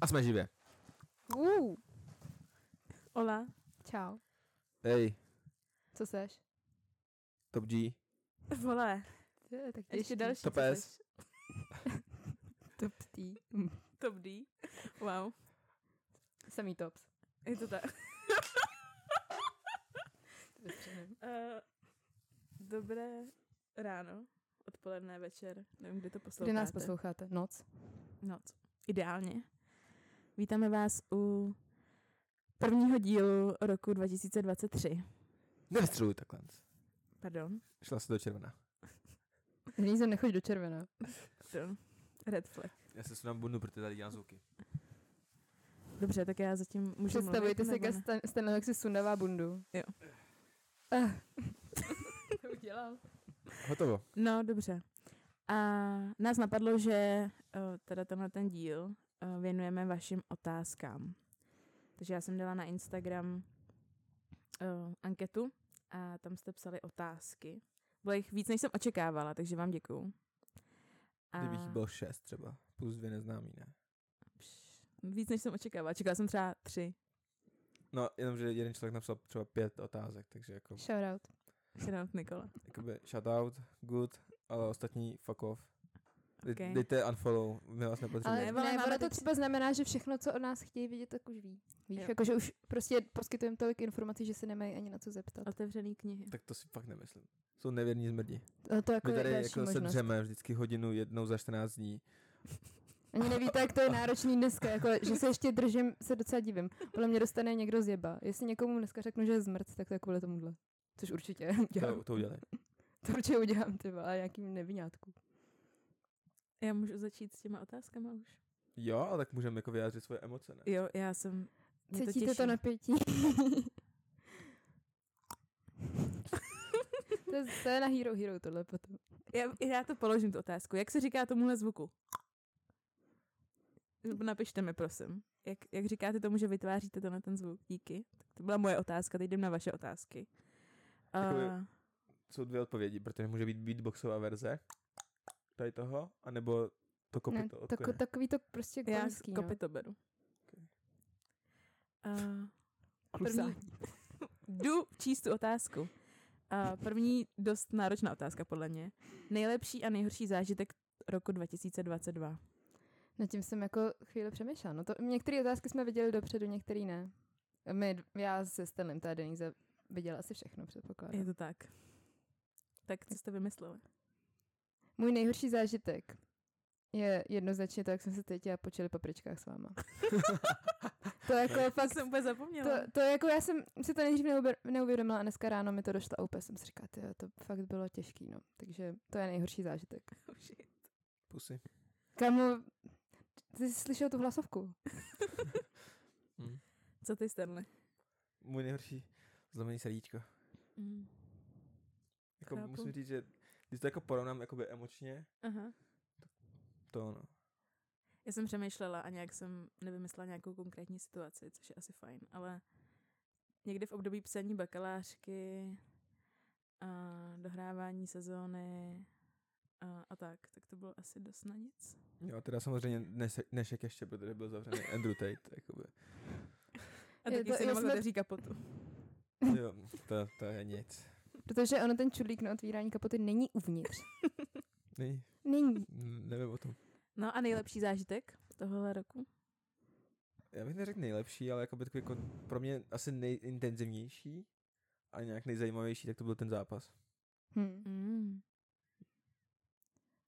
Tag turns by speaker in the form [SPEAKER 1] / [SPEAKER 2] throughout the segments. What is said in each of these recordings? [SPEAKER 1] A jsme živě.
[SPEAKER 2] Uh,
[SPEAKER 3] Ola,
[SPEAKER 2] čau.
[SPEAKER 1] Ej,
[SPEAKER 2] Co seš?
[SPEAKER 1] Top G.
[SPEAKER 3] vole,
[SPEAKER 2] Ty, Tak
[SPEAKER 3] ještě, další.
[SPEAKER 1] To
[SPEAKER 3] co
[SPEAKER 1] pes.
[SPEAKER 3] seš?
[SPEAKER 2] Top tý.
[SPEAKER 3] Top D. Wow,
[SPEAKER 2] Samý tops.
[SPEAKER 3] je to tak.
[SPEAKER 2] To vystřihnem.
[SPEAKER 3] Eh, dobré ráno, odpoledne, večer, nevím, kdy to posloucháte.
[SPEAKER 2] Kdy nás posloucháte? Noc?
[SPEAKER 3] Noc. Ideálně. Vítáme vás u prvního dílu roku 2023.
[SPEAKER 1] Nevystřeluj takhle.
[SPEAKER 3] Pardon,
[SPEAKER 1] Šla se do červená.
[SPEAKER 2] Nyní jsem nechoď do červená.
[SPEAKER 3] pardon. Red flag.
[SPEAKER 1] Já se sundám bundu, protože tady dělám zvuky.
[SPEAKER 3] Dobře, tak já zatím můžu
[SPEAKER 2] Představujte si,
[SPEAKER 3] mluvit,
[SPEAKER 2] jak
[SPEAKER 3] nebo ne?
[SPEAKER 2] Stan- Stanley jak si sundává bundu.
[SPEAKER 3] Jo.
[SPEAKER 2] Ah. to udělal.
[SPEAKER 1] Hotovo.
[SPEAKER 3] No, dobře. A nás napadlo, že eh, teda tenhle ten díl eh, věnujeme vašim otázkám. Takže já jsem dala na Instagram eh, anketu a tam jste psali otázky. Bylo jich víc, než jsem očekávala, takže vám děkuju. A
[SPEAKER 1] Kdybych jich bylo šest třeba. Plus dvě neznámý, ne?
[SPEAKER 3] pš, víc, než jsem očekávala. Čekala jsem třeba tři.
[SPEAKER 1] No, jenomže jeden člověk napsal třeba pět otázek, takže jako,
[SPEAKER 2] Shoutout.
[SPEAKER 3] Shoutout Nikola.
[SPEAKER 1] jakoby shoutout, good, ale ostatní fuck off. Dej,
[SPEAKER 3] Okay.
[SPEAKER 1] Dejte unfollow, my vás nepotřebujeme.
[SPEAKER 2] Ale
[SPEAKER 3] ne,
[SPEAKER 2] ne,
[SPEAKER 3] vole,
[SPEAKER 2] ne,
[SPEAKER 3] máme
[SPEAKER 2] ono to
[SPEAKER 3] teď-
[SPEAKER 2] třeba znamená, že všechno, co od nás chtějí vidět, tak už ví. Víš,
[SPEAKER 3] Jo.
[SPEAKER 2] jakože už prostě poskytujeme tolik informací, že se nemají ani na co zeptat.
[SPEAKER 3] Otevřený knihy.
[SPEAKER 1] Tak to si fakt nemyslím. Jsou nevěrní zmrdi.
[SPEAKER 2] A to jako
[SPEAKER 1] My
[SPEAKER 2] je
[SPEAKER 1] tady
[SPEAKER 2] další
[SPEAKER 1] jako se
[SPEAKER 2] možnost.
[SPEAKER 1] dřeme vždycky hodinu jednou za 14 dní.
[SPEAKER 2] Ani nevíte, jak to je náročný dneska, jako, že se ještě držím, se docela divím. Podle mě dostane někdo z jeba. Jestli někomu dneska řeknu, že je zmrt, tak to je kvůli tomuhle. Což určitě udělám.
[SPEAKER 1] To, to udělej.
[SPEAKER 2] To určitě udělám, ty vole, nějakým nevinátkům.
[SPEAKER 3] Já můžu začít s těma otázkama už.
[SPEAKER 1] Jo, ale tak můžeme jako vyjádřit svoje emoce, ne?
[SPEAKER 3] Jo, já jsem... mě to
[SPEAKER 2] Cítíte to,
[SPEAKER 3] těší.
[SPEAKER 2] napětí? to, je, to je na Hero Hero tohle potom.
[SPEAKER 3] Já, já to položím tu otázku. Jak se říká tomuhle zvuku? Napište mi, prosím. Jak, jak říkáte tomu, že vytváříte tenhle ten zvuk? Díky. Tak to byla moje otázka, teď jdem na vaše otázky.
[SPEAKER 1] Jakoby-
[SPEAKER 3] Uh,
[SPEAKER 1] Jsou dvě odpovědi, protože může být beatboxová verze tady toho, anebo to
[SPEAKER 2] Ne,
[SPEAKER 1] kopito. od
[SPEAKER 2] tako,
[SPEAKER 1] Queena.
[SPEAKER 2] takový to prostě
[SPEAKER 3] já
[SPEAKER 2] koňský, no.
[SPEAKER 3] kopy to beru.
[SPEAKER 1] Okay.
[SPEAKER 3] Uh,
[SPEAKER 2] Klusání.
[SPEAKER 3] jdu číst tu otázku. Uh, první dost náročná otázka, podle mě. Nejlepší a nejhorší zážitek roku 2022.
[SPEAKER 2] Nad tím jsem jako chvíli přemýšlela. No to, některé otázky jsme viděli dopředu, některé ne. My, d- já se Stanem, ta Denise viděla asi všechno, předpokládám.
[SPEAKER 3] Je to tak. Tak co jste vymysleli?
[SPEAKER 2] Můj nejhorší zážitek je jednoznačně to, jak jsem se teď já po čili papričkách s váma. to jako
[SPEAKER 1] To
[SPEAKER 2] fakt,
[SPEAKER 3] jsem úplně zapomněla.
[SPEAKER 2] to, to jako já jsem si to nejdřív neubě- neuvědomila a dneska ráno mi to došlo a úplně jsem si říkala, tyjo, to fakt bylo těžký, no. Takže to je nejhorší zážitek.
[SPEAKER 1] Pusy.
[SPEAKER 2] Kamu, ty jsi slyšel tu hlasovku?
[SPEAKER 3] Co ty, Stanley?
[SPEAKER 1] Můj nejhorší zlomený srdíčko.
[SPEAKER 3] Mm.
[SPEAKER 1] Jako
[SPEAKER 3] Chápu.
[SPEAKER 1] musím říct, že když to jako porovnám jakoby emočně,
[SPEAKER 3] Aha.
[SPEAKER 1] to no. ono.
[SPEAKER 3] Já jsem přemýšlela a nějak jsem nevymyslela nějakou konkrétní situaci, což je asi fajn, ale někdy v období psaní bakalářky a dohrávání sezóny a, a tak, tak to bylo asi dost na nic.
[SPEAKER 1] Jo, teda samozřejmě dnešek, dnešek ještě, protože byl zavřený Andrew Tate, jakoby.
[SPEAKER 3] A
[SPEAKER 2] Je
[SPEAKER 3] taky
[SPEAKER 2] to-
[SPEAKER 3] si
[SPEAKER 2] je
[SPEAKER 3] nemohla
[SPEAKER 2] jsme-
[SPEAKER 3] jsme... říkat kapotu.
[SPEAKER 1] Jo, to, to je nic.
[SPEAKER 2] Protože ono ten čudlík na otvírání kapoty není uvnitř.
[SPEAKER 1] Nej,
[SPEAKER 2] Není.
[SPEAKER 1] nevím o tom.
[SPEAKER 3] No a nejlepší zážitek tohohle roku?
[SPEAKER 1] Já bych neřekl nejlepší, ale jakoby takový jako pro mě asi nejintenzivnější a nějak nejzajímavější, tak to byl ten zápas.
[SPEAKER 2] Hm.
[SPEAKER 3] Mm.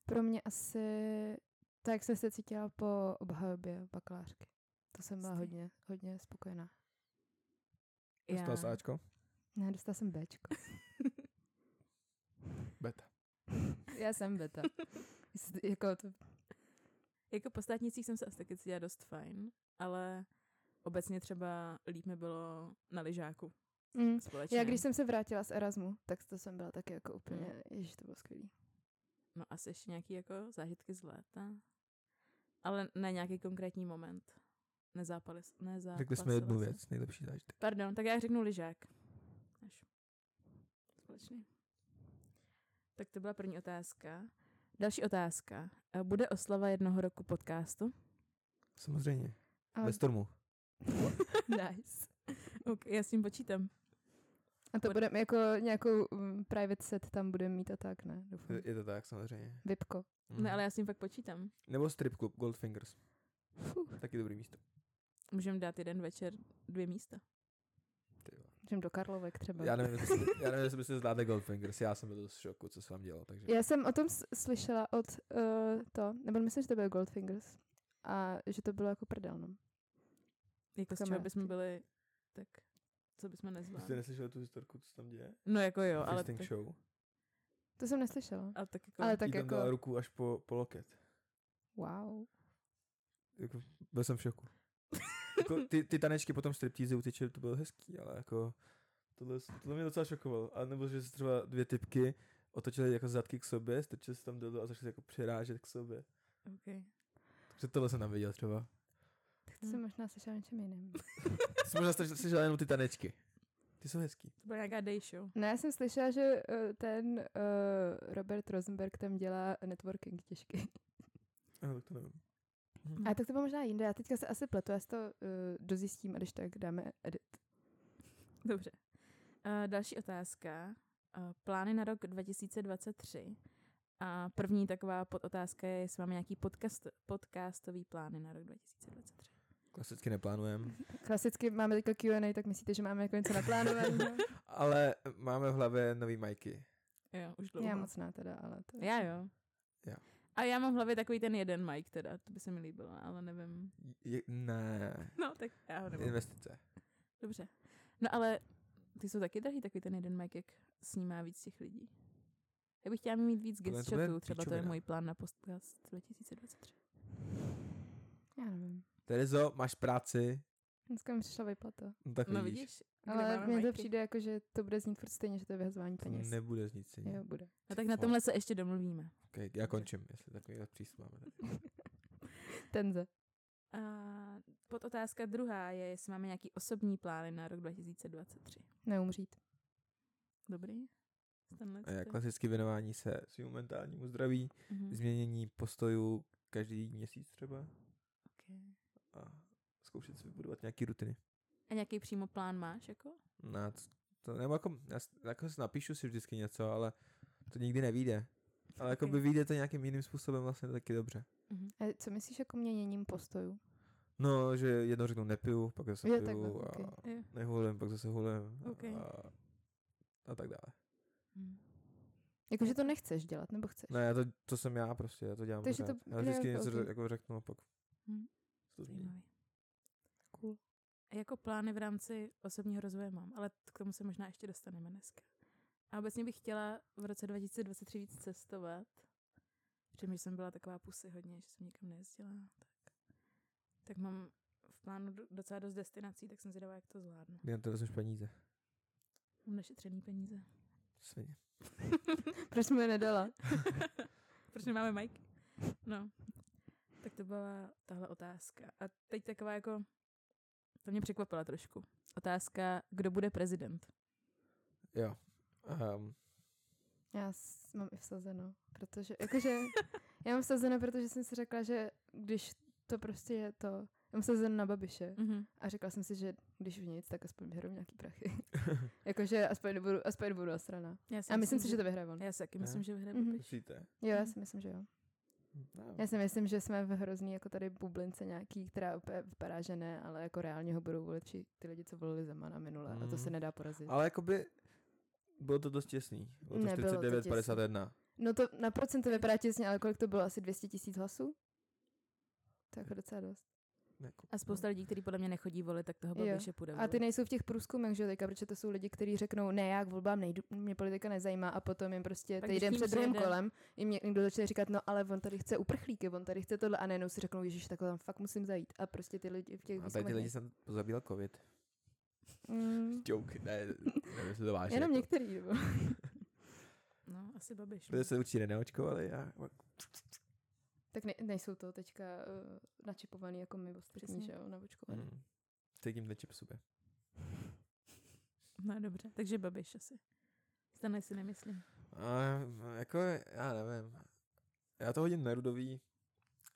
[SPEAKER 2] Pro mě asi to, jak jsem se cítila po obhajobě bakalářky. To jsem byla
[SPEAKER 3] Stej.
[SPEAKER 2] hodně, hodně spokojená.
[SPEAKER 1] Dostal sáčko?
[SPEAKER 2] Ne, dostala jsem Bčko.
[SPEAKER 1] Beta.
[SPEAKER 2] Já jsem beta. Jestli- jako to,
[SPEAKER 3] Jako po státnicích jsem se asi taky cítila dost fajn, ale obecně třeba líp mi bylo na lyžáku
[SPEAKER 2] mm.
[SPEAKER 3] společně.
[SPEAKER 2] Já když jsem se vrátila z Erasmu, tak to jsem byla taky jako úplně,
[SPEAKER 1] Mm.
[SPEAKER 2] ježiš, to bylo skvělý.
[SPEAKER 3] No asi ještě nějaký jako zážitky z léta. Ale ne nějaký konkrétní moment. Nezápalis, nezápasila
[SPEAKER 1] Řekli jsme jednu
[SPEAKER 3] se.
[SPEAKER 1] věc, nejlepší zážitek.
[SPEAKER 3] Pardon, tak já řeknu lyžák. Až. Společný. Tak to byla první otázka. Další otázka. Eh, Bude oslava jednoho roku podcastu?
[SPEAKER 1] Samozřejmě.
[SPEAKER 2] A,
[SPEAKER 1] Ve stormu.
[SPEAKER 3] nice. Ok, já s tím počítám.
[SPEAKER 2] a to budeme jako nějakou mm, private set tam budeme mít a tak, ne? Doufám.
[SPEAKER 1] Je- Je to tak, samozřejmě.
[SPEAKER 2] Vipko.
[SPEAKER 1] Mhm.
[SPEAKER 3] Ne, ale já s tím fakt počítám.
[SPEAKER 1] Nebo strip club Goldfingers.
[SPEAKER 2] Fuh,
[SPEAKER 1] Taky dobrý místo.
[SPEAKER 3] Můžeme dát jeden večer dvě místa.
[SPEAKER 2] Jdem do Karlovek třeba.
[SPEAKER 1] Já nevím, jestli, já nevím, jestli byste zvládli Goldfingers. Já jsem byl dost v šoku, co se vám dělo. Takže
[SPEAKER 2] Já jsem o tom s- slyšela od uh, to, nebo myslím, že to byl Goldfingers. A že to bylo jako prdel, no.
[SPEAKER 3] Jako z
[SPEAKER 2] Takhle
[SPEAKER 3] čeho
[SPEAKER 2] ne,
[SPEAKER 3] bychom
[SPEAKER 2] ty.
[SPEAKER 3] byli, tak co bychom
[SPEAKER 1] jste
[SPEAKER 3] nezvládli.
[SPEAKER 1] neslyšeli tu historku, co se tam děje?
[SPEAKER 3] No jako jo, ale tak,
[SPEAKER 1] Fisting show.
[SPEAKER 2] To jsem neslyšela.
[SPEAKER 3] ale tak jako...
[SPEAKER 2] Ale
[SPEAKER 3] Ale
[SPEAKER 2] tak
[SPEAKER 1] eh, Jí tam
[SPEAKER 2] jako,
[SPEAKER 1] dala ruku až po, po loket.
[SPEAKER 2] wow.
[SPEAKER 1] Jako, byl jsem v šoku. Jako, ty, ty tanečky potom striptízy utyče, to bylo hezký, ale jako tohle, tohle mě docela šokovalo. A nebo že se třeba dvě typky otočily jako zadky k sobě, strčily se tam dolů a začaly se jako přirážet k sobě.
[SPEAKER 3] okay.
[SPEAKER 1] Takže tohle jsem tam viděl třeba.
[SPEAKER 2] Tak to jsem možná slyšela o něčem jiném.
[SPEAKER 1] Ty jsi možná slyš- slyšela jenom ty tanečky. Ty jsou hezký.
[SPEAKER 3] To byla nějaká day show.
[SPEAKER 2] Ne, já jsem slyšela, že eh, ten eh, Robert Rosenberg tam dělá networking těžký.
[SPEAKER 1] Aha, tak to nevím.
[SPEAKER 2] A tak to bylo možná jinde. Já teďka se asi pletu, já si to eh, dozjistím a když tak dáme edit.
[SPEAKER 3] Dobře. Uh, další otázka. Uh, plány na rok 2023. A první taková podotázka je, jestli máme nějaký podcast, podcastový plány na rok 2023.
[SPEAKER 1] Klasicky neplánujem.
[SPEAKER 2] Klasicky máme teďka Q&A, tak myslíte, že máme jako něco naplánovaného?
[SPEAKER 1] Ale máme v hlavě nový majky.
[SPEAKER 3] Jo, už dlouho.
[SPEAKER 2] já moc ne teda, ale to je...
[SPEAKER 3] Já jo.
[SPEAKER 1] Já.
[SPEAKER 3] A já mám v hlavě takový ten jeden mic teda, to by se mi líbilo, ale nevím.
[SPEAKER 1] Je, ne.
[SPEAKER 3] No, tak já ho nemám.
[SPEAKER 1] Investice.
[SPEAKER 3] Dobře. No ale ty jsou taky drahý, takový ten jeden mic, jak snímá víc těch lidí. Já bych chtěla mít víc
[SPEAKER 1] Tohle
[SPEAKER 3] guest
[SPEAKER 1] to bude
[SPEAKER 3] shotů, třeba to je
[SPEAKER 1] píčovina.
[SPEAKER 3] můj plán na podcast 2023.
[SPEAKER 2] Já nevím.
[SPEAKER 1] Terezo, máš práci?
[SPEAKER 2] Dneska mi přišla vyplata.
[SPEAKER 1] No tak
[SPEAKER 3] No
[SPEAKER 1] vidíš.
[SPEAKER 3] vidíš, kde
[SPEAKER 2] Ale
[SPEAKER 3] máme
[SPEAKER 2] mně to
[SPEAKER 3] majky.
[SPEAKER 2] přijde jako, že to bude znít furt stejně, že to je vyhazování
[SPEAKER 1] To
[SPEAKER 2] peněz.
[SPEAKER 1] nebude z nic.
[SPEAKER 2] Jo, bude.
[SPEAKER 3] No tak na
[SPEAKER 1] O.
[SPEAKER 3] tomhle se ještě domluvíme.
[SPEAKER 1] Okay, já končím, jestli takový přístup máme.
[SPEAKER 2] Tenze.
[SPEAKER 3] A pod otázka druhá je, jestli máme nějaký osobní plány na rok 2023.
[SPEAKER 2] Neumřít.
[SPEAKER 3] Dobrý? Stanley, co
[SPEAKER 1] A jako? já
[SPEAKER 3] ty?
[SPEAKER 1] Klasicky věnování se svým mentálnímu zdraví,
[SPEAKER 3] Mhm.
[SPEAKER 1] změnění postojů každý měsíc třeba
[SPEAKER 3] Ok.
[SPEAKER 1] a zkoušet si vybudovat nějaký rutiny.
[SPEAKER 3] A nějaký přímo plán máš jako?
[SPEAKER 1] No, a to, to, nebo jako, já, s- jako si napíšu si vždycky něco, ale to nikdy nevíde. Ale jako by
[SPEAKER 3] Ok.
[SPEAKER 1] vyjde to nějakým jiným způsobem vlastně taky dobře.
[SPEAKER 3] Mhm.
[SPEAKER 2] A co myslíš jako měněním postojů?
[SPEAKER 1] No, že jednou řeknu nepiju, pak zase
[SPEAKER 2] Jo,
[SPEAKER 1] piju
[SPEAKER 2] takhle,
[SPEAKER 1] a
[SPEAKER 2] ok.
[SPEAKER 3] Jo.
[SPEAKER 1] nehulem, pak zase hulem
[SPEAKER 3] Ok.
[SPEAKER 1] a, a tak dále.
[SPEAKER 3] Mhm.
[SPEAKER 2] Jako, že to nechceš dělat, nebo chceš?
[SPEAKER 1] Ne, No, já to, to jsem já prostě, já to dělám
[SPEAKER 2] Takže to
[SPEAKER 1] pořád. Já
[SPEAKER 2] je
[SPEAKER 1] vždycky
[SPEAKER 2] jako
[SPEAKER 1] něco
[SPEAKER 2] ok.
[SPEAKER 1] ř- jako řeknu a pak
[SPEAKER 3] Hm.
[SPEAKER 1] se to změní.
[SPEAKER 3] Zajímavý.
[SPEAKER 2] Cool.
[SPEAKER 3] A Jako plány v rámci osobního rozvoje mám, ale t- k tomu se možná ještě dostaneme dneska. A obecně bych chtěla v roce 2023 víc cestovat. Přijím, že jsem byla taková pusy hodně, že jsem nikam nejezdila. Tak, tak mám v plánu do- docela dost destinací, tak jsem zvědavá, jak to zvládnu.
[SPEAKER 1] Jen to vezmeš peníze.
[SPEAKER 3] Mám našetřený peníze.
[SPEAKER 1] Svině.
[SPEAKER 2] Proč jsme je nedala?
[SPEAKER 3] Proč nemáme Mike? No. Tak to byla tahle otázka. A teď taková jako... To mě překvapila trošku. Otázka, kdo bude prezident?
[SPEAKER 1] Jo.
[SPEAKER 2] Hm.
[SPEAKER 1] Um,
[SPEAKER 2] Já s- mám i vsazeno, protože, jakože, já mám vsazeno, protože jsem si řekla, že když to prostě je to, já mám vsazeno na babiše
[SPEAKER 3] Mm-hmm.
[SPEAKER 2] a řekla jsem si, že když už nic, tak aspoň vyhraju nějaký prachy. jakože aspoň nebudu, aspoň nebudu nasraná.
[SPEAKER 3] Já si
[SPEAKER 2] A myslím si, že to vyhraje on.
[SPEAKER 3] Já si taky
[SPEAKER 1] Ne?
[SPEAKER 3] myslím, že vyhraje
[SPEAKER 2] Mhm.
[SPEAKER 3] mm-hmm.
[SPEAKER 1] Myslíte?
[SPEAKER 2] Jo, já si myslím, že jo.
[SPEAKER 1] No.
[SPEAKER 2] Já si myslím, že jsme v hrozný jako tady bublince nějaký, která úplně vypadá, že ne, ale jako reálně ho budou volit vši- ty lidi, co volili Zemana minule a to se
[SPEAKER 1] Mm.
[SPEAKER 2] nedá porazit.
[SPEAKER 1] Ale jakoby bylo to dost těsný. Bylo to
[SPEAKER 2] Nebylo to
[SPEAKER 1] 49,
[SPEAKER 2] těsný.
[SPEAKER 1] 51.
[SPEAKER 2] No to na procento vypadá těsně, ale kolik to bylo? Asi 200 tisíc hlasů? To je jako docela dost.
[SPEAKER 1] Jako,
[SPEAKER 3] A spousta lidí, kteří podle mě nechodí volit, tak toho
[SPEAKER 2] Jo.
[SPEAKER 3] babiše půjde
[SPEAKER 2] A
[SPEAKER 3] volit.
[SPEAKER 2] ty nejsou v těch průzkumech, že jo, teďka, protože to jsou lidi, kteří řeknou, ne, já k volbám nejdu, mě politika nezajímá a potom jim prostě
[SPEAKER 3] Tak
[SPEAKER 2] tak
[SPEAKER 3] když
[SPEAKER 2] týden
[SPEAKER 3] k ním
[SPEAKER 2] před druhým
[SPEAKER 3] přijede-
[SPEAKER 2] kolem jim ně- někdo začne říkat, no ale on tady chce uprchlíky, on tady chce tohle a najednou si řeknou, ježiš, takhle tam fakt musím zajít. A prostě ty lidi v těch
[SPEAKER 1] No, A tady ty
[SPEAKER 2] výzkumech
[SPEAKER 1] lidi
[SPEAKER 2] nejsou.
[SPEAKER 1] jsem zabíjel covid.
[SPEAKER 2] Mm,
[SPEAKER 1] Joke, ne, nevím, jestli to vážně.
[SPEAKER 2] jenom
[SPEAKER 1] jako.
[SPEAKER 2] některý. nebo-
[SPEAKER 3] No, asi babiš. no.
[SPEAKER 1] Protože se určitě nenaočkovali a pak
[SPEAKER 2] Tak ne, nejsou to teďka uh, načipovaný jako my ostatní,
[SPEAKER 3] Přesně.
[SPEAKER 2] že jo, naočkovaný.
[SPEAKER 1] mm, tím nečip sobě.
[SPEAKER 3] No dobře, takže babiš asi. Stanley si nemyslím.
[SPEAKER 1] A jako, já nevím. Já to hodím Nerudový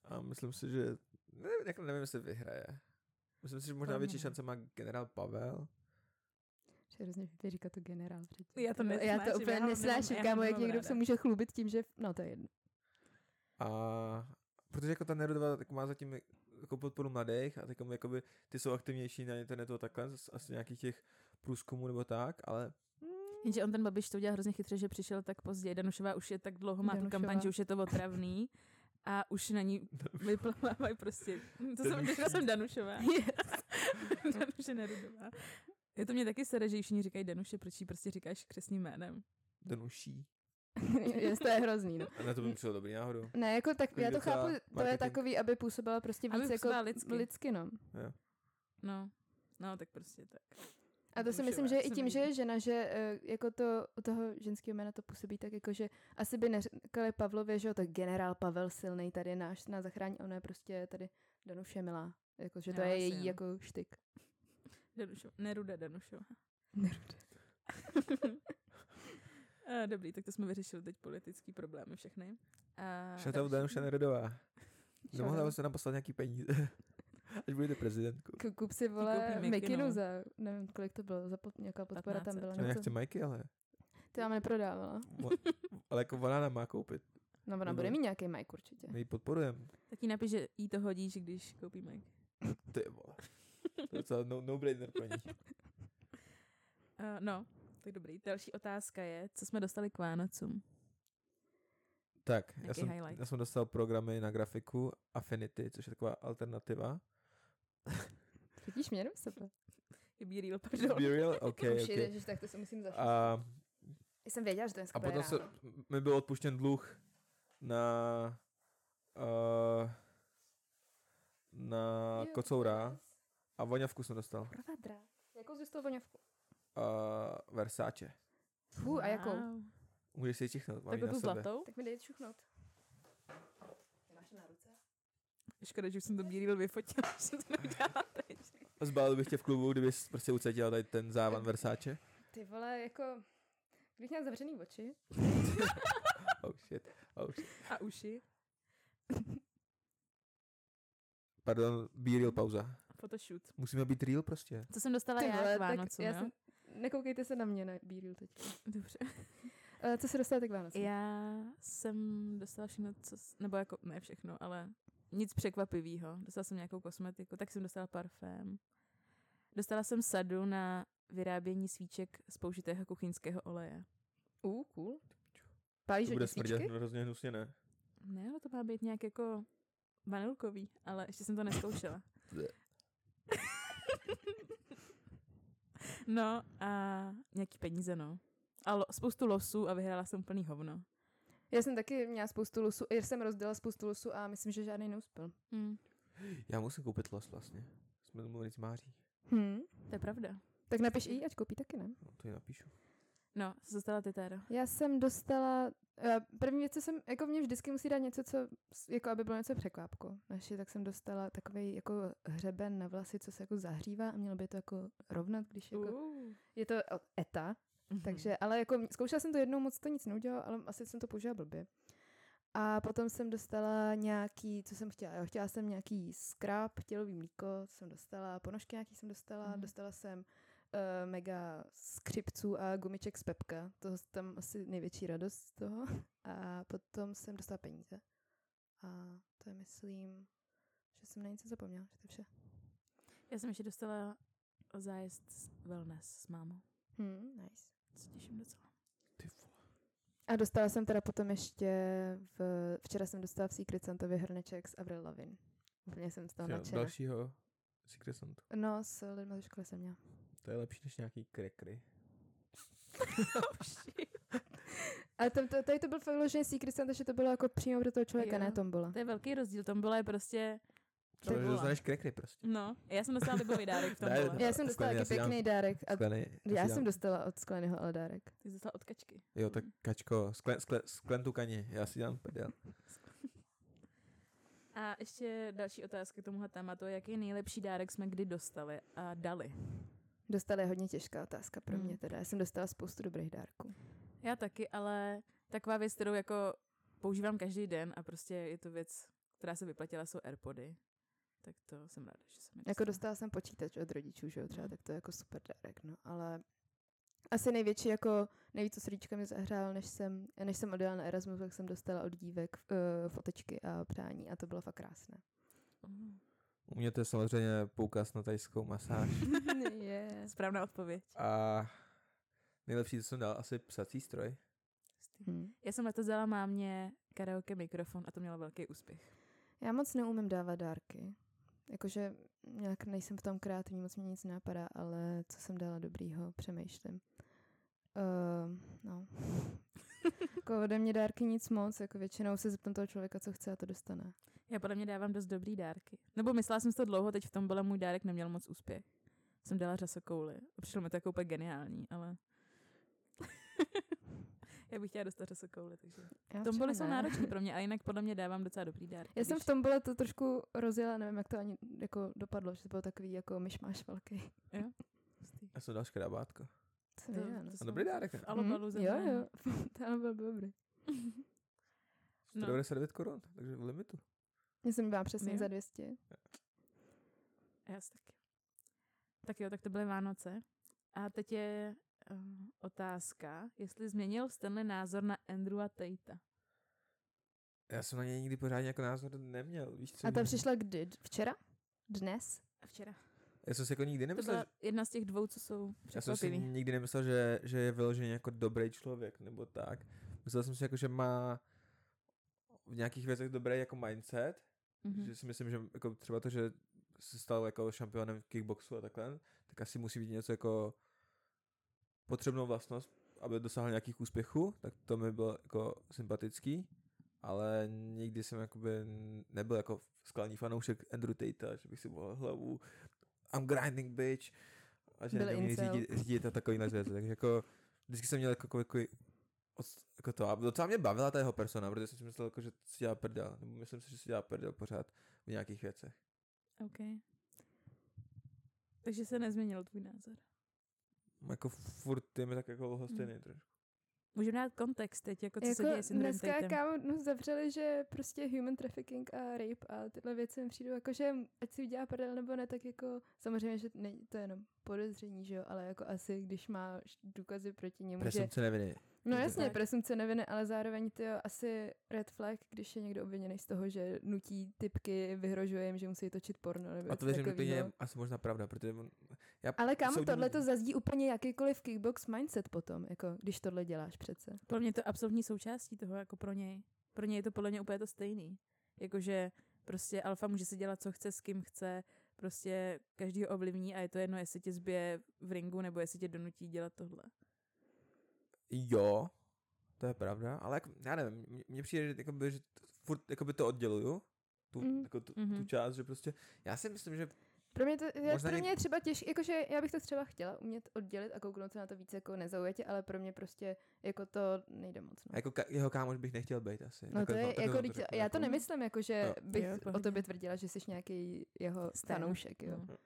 [SPEAKER 1] a myslím si, že nevím, jako nevím, jestli vyhraje. Myslím si, že možná
[SPEAKER 3] Hlavně
[SPEAKER 1] větší
[SPEAKER 3] ne.
[SPEAKER 1] šance má generál Pavel.
[SPEAKER 2] Že hrozně vtipně říkat to generál předtím.
[SPEAKER 3] Já to
[SPEAKER 2] Tyhle, Já to
[SPEAKER 3] nesnáším,
[SPEAKER 2] úplně
[SPEAKER 3] já ho nemám-
[SPEAKER 2] nesnáším,
[SPEAKER 3] já ho
[SPEAKER 2] kámo, jak
[SPEAKER 3] nemám
[SPEAKER 2] někdo
[SPEAKER 3] ráda.
[SPEAKER 2] se může chlubit tím, že... No to je jedno.
[SPEAKER 1] A protože jako ta Nerudová tak má zatím jako podporu mladých a tak mu jakoby ty jsou aktivnější na internetu a takhle, z asi nějakých těch průzkumů nebo tak, ale
[SPEAKER 3] Jenže on ten Babiš to udělal hrozně chytře, že přišel tak pozdě. Danušová už je tak dlouho, má tu
[SPEAKER 2] Danušová.
[SPEAKER 3] kampaň, že už je to otravný. A už na ní vyplavávají prostě. To jsem,
[SPEAKER 1] Danuš-
[SPEAKER 3] řekla jsem Danušová. Danuše Nerudová. Je to mě taky sere, že jí všichni říkají Danuše, proč jí prostě říkáš křesným jménem.
[SPEAKER 1] Danuší.
[SPEAKER 2] Je- to je hrozný, no.
[SPEAKER 1] A na to by mi přišlo dobrý náhodou.
[SPEAKER 2] Ne, jako tak,
[SPEAKER 1] Jako
[SPEAKER 2] já to
[SPEAKER 1] docela
[SPEAKER 2] chápu, to je
[SPEAKER 1] marketing.
[SPEAKER 2] takový, aby působila prostě víc
[SPEAKER 3] Aby působila
[SPEAKER 2] jako
[SPEAKER 3] lidsky.
[SPEAKER 2] lidsky, no.
[SPEAKER 3] No, no tak prostě tak.
[SPEAKER 2] A to si
[SPEAKER 3] Dušové,
[SPEAKER 2] myslím, že i
[SPEAKER 3] se
[SPEAKER 2] tím,
[SPEAKER 3] mi
[SPEAKER 2] že
[SPEAKER 3] líbí.
[SPEAKER 2] je žena, že eh, jako to u toho ženského jména to působí tak jako, že asi by neřekali Pavlově, že jo, tak generál Pavel Silnej tady náš nás zachrání, a ona je prostě tady Danuše Milá. Jako, že to
[SPEAKER 3] Jo,
[SPEAKER 2] je
[SPEAKER 3] asi
[SPEAKER 2] její
[SPEAKER 3] jo.
[SPEAKER 2] jako štyk.
[SPEAKER 3] Danušová. Neruda Danušová. A, dobrý, tak to jsme vyřešili teď politický problémy všechny. A
[SPEAKER 1] Shoutout
[SPEAKER 3] další-
[SPEAKER 1] Danuše Nerudová. Nemohla
[SPEAKER 2] Shoutout.
[SPEAKER 1] byste nám poslat nějaký peníze, až budete prezidentkou.
[SPEAKER 2] K- no. Kup si vole
[SPEAKER 3] koupím mikinu.
[SPEAKER 2] mikinu za, nevím, kolik to bylo, za pod, nějaká podpora tam
[SPEAKER 3] 1500.
[SPEAKER 2] byla.
[SPEAKER 1] No, já
[SPEAKER 2] Nebo
[SPEAKER 1] chci
[SPEAKER 2] co?
[SPEAKER 1] Mikey, ale,
[SPEAKER 2] Ty vám neprodávala.
[SPEAKER 1] mo- ale jako ona nám má koupit.
[SPEAKER 2] No ona
[SPEAKER 1] Nebo-
[SPEAKER 2] bude mít nějaký Mike určitě.
[SPEAKER 1] My ji podporujeme.
[SPEAKER 3] Tak jí napiš, že jí to hodíš, když koupíme.
[SPEAKER 1] Ty vole. To je docela no, no-brainer pro ní.
[SPEAKER 3] Uh, no, tak dobrý. Další otázka je, co jsme dostali k Vánocům.
[SPEAKER 1] Tak, já
[SPEAKER 3] Nějaký
[SPEAKER 1] jsem,
[SPEAKER 3] highlight.
[SPEAKER 1] já jsem dostal programy na grafiku Affinity, což je taková alternativa.
[SPEAKER 2] Vidíš mě, nebo sebe?
[SPEAKER 3] Je Be real, pardon.
[SPEAKER 1] Be real? OK,
[SPEAKER 2] Už
[SPEAKER 1] OK.
[SPEAKER 2] ježiš, tak to se musím zašít.
[SPEAKER 1] A,
[SPEAKER 2] Já jsem věděla, že to dneska
[SPEAKER 1] a
[SPEAKER 2] bude
[SPEAKER 1] potom se,
[SPEAKER 2] ráno.
[SPEAKER 1] mi byl odpuštěn dluh na uh, na
[SPEAKER 2] Jo,
[SPEAKER 1] kocoura a voňavku jsem dostal.
[SPEAKER 2] Kurva drá. Jakou jsi dostal voňavku?
[SPEAKER 1] Uh, Versace.
[SPEAKER 2] Fů, a jakou?
[SPEAKER 3] Wow.
[SPEAKER 1] Můžeš si ji čichnout, mám ji
[SPEAKER 3] Takovou
[SPEAKER 1] na
[SPEAKER 3] tu
[SPEAKER 1] sebe.
[SPEAKER 3] zlatou?
[SPEAKER 2] Tak mi dej čuchnout. Máš na ruce?
[SPEAKER 3] Škoda, že už jsem to Be real vyfotila, že jsem to neudělala teď.
[SPEAKER 1] Zbálil bych tě v klubu, kdyby jsi prostě ucítila tady ten závan Versace.
[SPEAKER 2] Ty vole, jako... Kdybych měla zavřený oči.
[SPEAKER 1] Oh shit, oh shit.
[SPEAKER 3] A uši.
[SPEAKER 1] Pardon, be real pauza.
[SPEAKER 3] Photoshoot.
[SPEAKER 1] Musíme být real prostě.
[SPEAKER 3] Co jsem dostala
[SPEAKER 2] Ty
[SPEAKER 3] já
[SPEAKER 2] vole,
[SPEAKER 3] k Vánocům,
[SPEAKER 2] já
[SPEAKER 3] jo?
[SPEAKER 2] jsem... Nekoukejte se na mě na Bíru teď.
[SPEAKER 3] Dobře.
[SPEAKER 2] Uh, co se dostala tak Vánoce?
[SPEAKER 3] Já jsem dostala všechno, co, s- nebo jako, ne všechno, ale nic překvapivého. Dostala jsem nějakou kosmetiku, tak jsem dostala parfém. Dostala jsem sadu na vyrábění svíček z použitého kuchyňského oleje.
[SPEAKER 2] U, cool. Pálíš
[SPEAKER 1] To bude
[SPEAKER 2] hodně
[SPEAKER 1] smrdět
[SPEAKER 2] svíčky?
[SPEAKER 1] hrozně hnusně, ne?
[SPEAKER 3] Ne, ale to má být nějak jako vanilkový, ale ještě jsem to neskoušela.
[SPEAKER 1] Ble.
[SPEAKER 3] no a nějaký peníze, no. A lo, spoustu losů a vyhrála jsem plný hovno.
[SPEAKER 2] Já jsem taky měla spoustu lusu, já jsem rozdala spoustu lusu a myslím, že žádný neuspěl.
[SPEAKER 3] Hmm.
[SPEAKER 1] Já musím koupit los vlastně. Jsme domluvili s Máří.
[SPEAKER 2] Hm.
[SPEAKER 3] To je pravda.
[SPEAKER 2] Tak napiš i, ať koupí taky, ne?
[SPEAKER 1] No, to ji napíšu.
[SPEAKER 3] No, co dostala ty, Téro?
[SPEAKER 2] Já jsem dostala, eh, první věc, co jsem, jako mě vždycky musí dát něco, co, s- jako aby bylo něco překvápko naši, tak jsem dostala takový jako hřeben na vlasy, co se jako zahřívá a mělo by to jako rovnat, když jako,
[SPEAKER 3] Uh.
[SPEAKER 2] je to od ETA,
[SPEAKER 3] Mhm.
[SPEAKER 2] takže, ale jako zkoušela jsem to jednou, moc to nic neudělalo, ale asi jsem to použila blbě. A potom jsem dostala nějaký, co jsem chtěla, jo, chtěla jsem nějaký skráp, tělový mlíko, co jsem dostala, ponožky nějaký jsem dostala,
[SPEAKER 3] Mhm.
[SPEAKER 2] mm. dostala jsem uh, mega skřipců a gumiček z Pepka, to s- tam asi největší radost z toho. A potom jsem dostala peníze. A to je myslím, že jsem na něco zapomněla, že to je vše.
[SPEAKER 3] Já jsem ještě dostala zájezd s wellness s mámou.
[SPEAKER 2] Hmm, nice.
[SPEAKER 3] Co těším docela.
[SPEAKER 1] Ty vole.
[SPEAKER 2] A dostala jsem teda potom ještě, v, včera jsem dostala v Secret Santově hrneček z Avril Lavigne. Úplně jsem z toho
[SPEAKER 1] Jo,
[SPEAKER 2] nadšená.
[SPEAKER 1] dalšího Secret Santa.
[SPEAKER 2] No, s lidmi ze školy jsem měla.
[SPEAKER 1] To je lepší než nějaký krekry.
[SPEAKER 2] Ale tam to, tady to byl fakt vyloženě Secret Santa, že to bylo jako přímo pro toho člověka,
[SPEAKER 3] Jo.
[SPEAKER 2] jo. ne tombola.
[SPEAKER 3] To je velký rozdíl, tam byla je prostě...
[SPEAKER 1] To že
[SPEAKER 3] vole.
[SPEAKER 1] dostaneš krekry prostě.
[SPEAKER 3] No, já jsem dostala libový dárek v tom
[SPEAKER 1] Ne,
[SPEAKER 3] vole.
[SPEAKER 2] Já jsem
[SPEAKER 1] A
[SPEAKER 2] dostala
[SPEAKER 1] sklený
[SPEAKER 2] taky
[SPEAKER 1] asi dám.
[SPEAKER 2] pěkný dárek. A
[SPEAKER 1] Sklený,
[SPEAKER 2] já
[SPEAKER 1] asi
[SPEAKER 2] jsem
[SPEAKER 1] dám.
[SPEAKER 2] dostala od skleného ale dárek.
[SPEAKER 3] Ty jsi dostala od kačky.
[SPEAKER 1] Jo, tak kačko, sklen, sklen, sklen tu kani, já si dám pedel.
[SPEAKER 3] A ještě další otázka k tomuhle tématu. Jaký nejlepší dárek jsme kdy dostali a dali?
[SPEAKER 2] Dostala je hodně těžká otázka pro
[SPEAKER 3] Hmm.
[SPEAKER 2] mě teda. Já jsem dostala spoustu dobrých dárků.
[SPEAKER 3] Já taky, ale taková věc, kterou jako používám každý den a prostě je to věc, která se vyplatila, jsou Airpody. tak to jsem ráda, že jsem je
[SPEAKER 2] Jako dostala jsem počítač od rodičů, že jo, třeba, tak to je jako super dárek, no, ale asi největší, jako nejvíc, co srdíčka mi zahrál, než jsem, než jsem odjela na Erasmus, tak jsem dostala od dívek uh, fotečky a přání a to bylo fakt krásné.
[SPEAKER 3] Mm.
[SPEAKER 1] U mě to je samozřejmě poukaz na tajskou masáž.
[SPEAKER 2] yeah.
[SPEAKER 3] Správná odpověď.
[SPEAKER 1] A nejlepší, co jsem dal, asi psací stroj.
[SPEAKER 2] hmm.
[SPEAKER 3] Já jsem letos dala mámě karaoke mikrofon a to mělo velký úspěch.
[SPEAKER 2] Já moc neumím dávat dárky. Jakože nějak nejsem v tom kreativní, moc mě nic nenapadá, ale co jsem dala dobrýho, přemýšlím. Uh, no. jako ode mě dárky nic moc, jako většinou se zeptám toho člověka, co chce a to dostane.
[SPEAKER 3] Já podle mě dávám dost dobrý dárky. Nebo myslela jsem si to dlouho, teď v tom byla můj dárek, neměl moc úspěch. Jsem dala řasokouly. A Přišlo mi to jako úplně geniální, ale... Já bych chtěla dostat řasokouly, takže...
[SPEAKER 2] Já třeba
[SPEAKER 3] Tomboly jsou
[SPEAKER 2] No, ne.
[SPEAKER 3] náročné pro mě a jinak podle mě dávám docela dobrý dárky.
[SPEAKER 2] Já jsem
[SPEAKER 3] když-
[SPEAKER 2] v tom byla to trošku rozjela, nevím, jak to ani jako dopadlo, že to bylo takový jako myšmáš velký.
[SPEAKER 3] Hustý.
[SPEAKER 1] Já jsem dal škrabátko.
[SPEAKER 2] Co
[SPEAKER 3] To-
[SPEAKER 2] je, no.
[SPEAKER 3] to
[SPEAKER 1] A
[SPEAKER 3] jsou-
[SPEAKER 1] dobrý dárek. ne?
[SPEAKER 3] v alobalu
[SPEAKER 2] Mhm, Jo,
[SPEAKER 3] zemřeli.
[SPEAKER 2] jo, ale byl dobrý.
[SPEAKER 3] no.
[SPEAKER 1] 199 korun, takže v limitu.
[SPEAKER 2] Já jsem byla přesně
[SPEAKER 3] Jo.
[SPEAKER 2] za 200.
[SPEAKER 3] A Já si taky. Tak jo, tak to byly Vánoce. A teď je uh, otázka, jestli změnil Stanley názor na Andrewa Tate.
[SPEAKER 1] Já jsem na něj nikdy pořádně jako názor neměl, víš co?
[SPEAKER 2] A ta
[SPEAKER 1] že-
[SPEAKER 2] přišla kdy? Včera? Dnes?
[SPEAKER 3] Včera.
[SPEAKER 1] Já jsem si jako nikdy
[SPEAKER 3] To
[SPEAKER 1] nemyslel,
[SPEAKER 3] byla
[SPEAKER 1] že-
[SPEAKER 3] jedna z těch dvou, co jsou
[SPEAKER 1] já jsem si
[SPEAKER 3] překvapivý.
[SPEAKER 1] nikdy nemyslel, že, že je vyloženě jako dobrý člověk, nebo tak. Myslel jsem si jako, že má v nějakých věcech dobrý jako mindset,
[SPEAKER 3] Mhm.
[SPEAKER 1] že si myslím, že jako třeba to, že se stal jako šampionem v kickboxu a takhle, tak asi musí být něco jako potřebnou vlastnost, aby dosáhl nějakých úspěchů, tak to mi bylo jako sympatický, ale nikdy jsem jakoby nebyl jako skalní fanoušek Andrew Tate, že bych si volal hlavu, I'm grinding bitch, a že
[SPEAKER 2] Byl
[SPEAKER 1] neumí
[SPEAKER 2] incel.
[SPEAKER 1] řídit, řídit a takovýhle věci, takže jako vždycky jsem měl jako, jako, jako, ods- jako to a docela mě bavila ta jeho persona, protože jsem si myslel, jako, že si dělá prdel, nebo myslím si, že si dělá prdel pořád v nějakých věcech.
[SPEAKER 3] Okay. Takže se nezměnil tvůj názor.
[SPEAKER 1] Jako furt je mi tak jako lhostejný
[SPEAKER 2] Hmm.
[SPEAKER 1] mm. trošku.
[SPEAKER 3] Můžeme dát kontext teď, jako co se děje s Andrewem
[SPEAKER 2] dneska
[SPEAKER 3] Tatem.
[SPEAKER 2] kámo no, zavřeli, že prostě human trafficking a rape a tyhle věci mi přijdou, jako že ať si udělá prdel nebo ne, tak jako samozřejmě, že ne, to je jenom podezření, že jo, ale jako asi, když má důkazy proti němu, že
[SPEAKER 1] Presumce neviny.
[SPEAKER 2] No
[SPEAKER 1] Je to
[SPEAKER 2] jasně,
[SPEAKER 3] tak.
[SPEAKER 2] presumce neviny, ale zároveň to je asi red flag, když je někdo obviněný z toho, že nutí typky, vyhrožuje jim, že musí točit porno. Nebo
[SPEAKER 1] A
[SPEAKER 2] něco
[SPEAKER 1] to věřím, že to
[SPEAKER 2] takovýho.
[SPEAKER 1] je asi možná pravda, protože on, já
[SPEAKER 2] Ale kámo,
[SPEAKER 1] soudím-
[SPEAKER 2] tohle to zazdí úplně jakýkoliv kickbox mindset potom, jako když tohle děláš přece.
[SPEAKER 3] Pro mě to je absolutní součástí toho, jako pro něj. Pro něj je to podle mě úplně to stejný. Jakože prostě alfa může si dělat, co chce, s kým chce, prostě každý ho ovlivní a je to jedno, jestli tě zbije v ringu nebo jestli tě donutí dělat tohle.
[SPEAKER 1] Jo, to je pravda, ale jako, já nevím, mně- mně přijde, jakoby, že t- furt jakoby to odděluju, tu,
[SPEAKER 2] Mhm.
[SPEAKER 1] mm. jako tu, mm-hmm.
[SPEAKER 3] Mhm.
[SPEAKER 1] tu část, že prostě, já si myslím, že
[SPEAKER 2] Pro mě, to, je,
[SPEAKER 1] Možná
[SPEAKER 2] pro
[SPEAKER 1] něk-
[SPEAKER 2] mě je třeba těžké, jakože já bych to třeba chtěla umět oddělit a kouknout se na to víc jako nezaujatě, ale pro mě prostě jako to nejde moc. No.
[SPEAKER 1] jako ka- jeho kámoš bych nechtěl být asi.
[SPEAKER 2] No to
[SPEAKER 1] Takhle-
[SPEAKER 2] je,
[SPEAKER 1] takhle
[SPEAKER 2] jako,
[SPEAKER 1] jsem
[SPEAKER 2] teď-
[SPEAKER 1] řekl,
[SPEAKER 2] já to nemyslím, jako že
[SPEAKER 1] No.
[SPEAKER 2] bych
[SPEAKER 3] Jo,
[SPEAKER 2] o
[SPEAKER 3] pohodě.
[SPEAKER 2] tobě tvrdila, že jsi nějaký jeho
[SPEAKER 3] Stan.
[SPEAKER 2] fanoušek, jo.
[SPEAKER 3] No.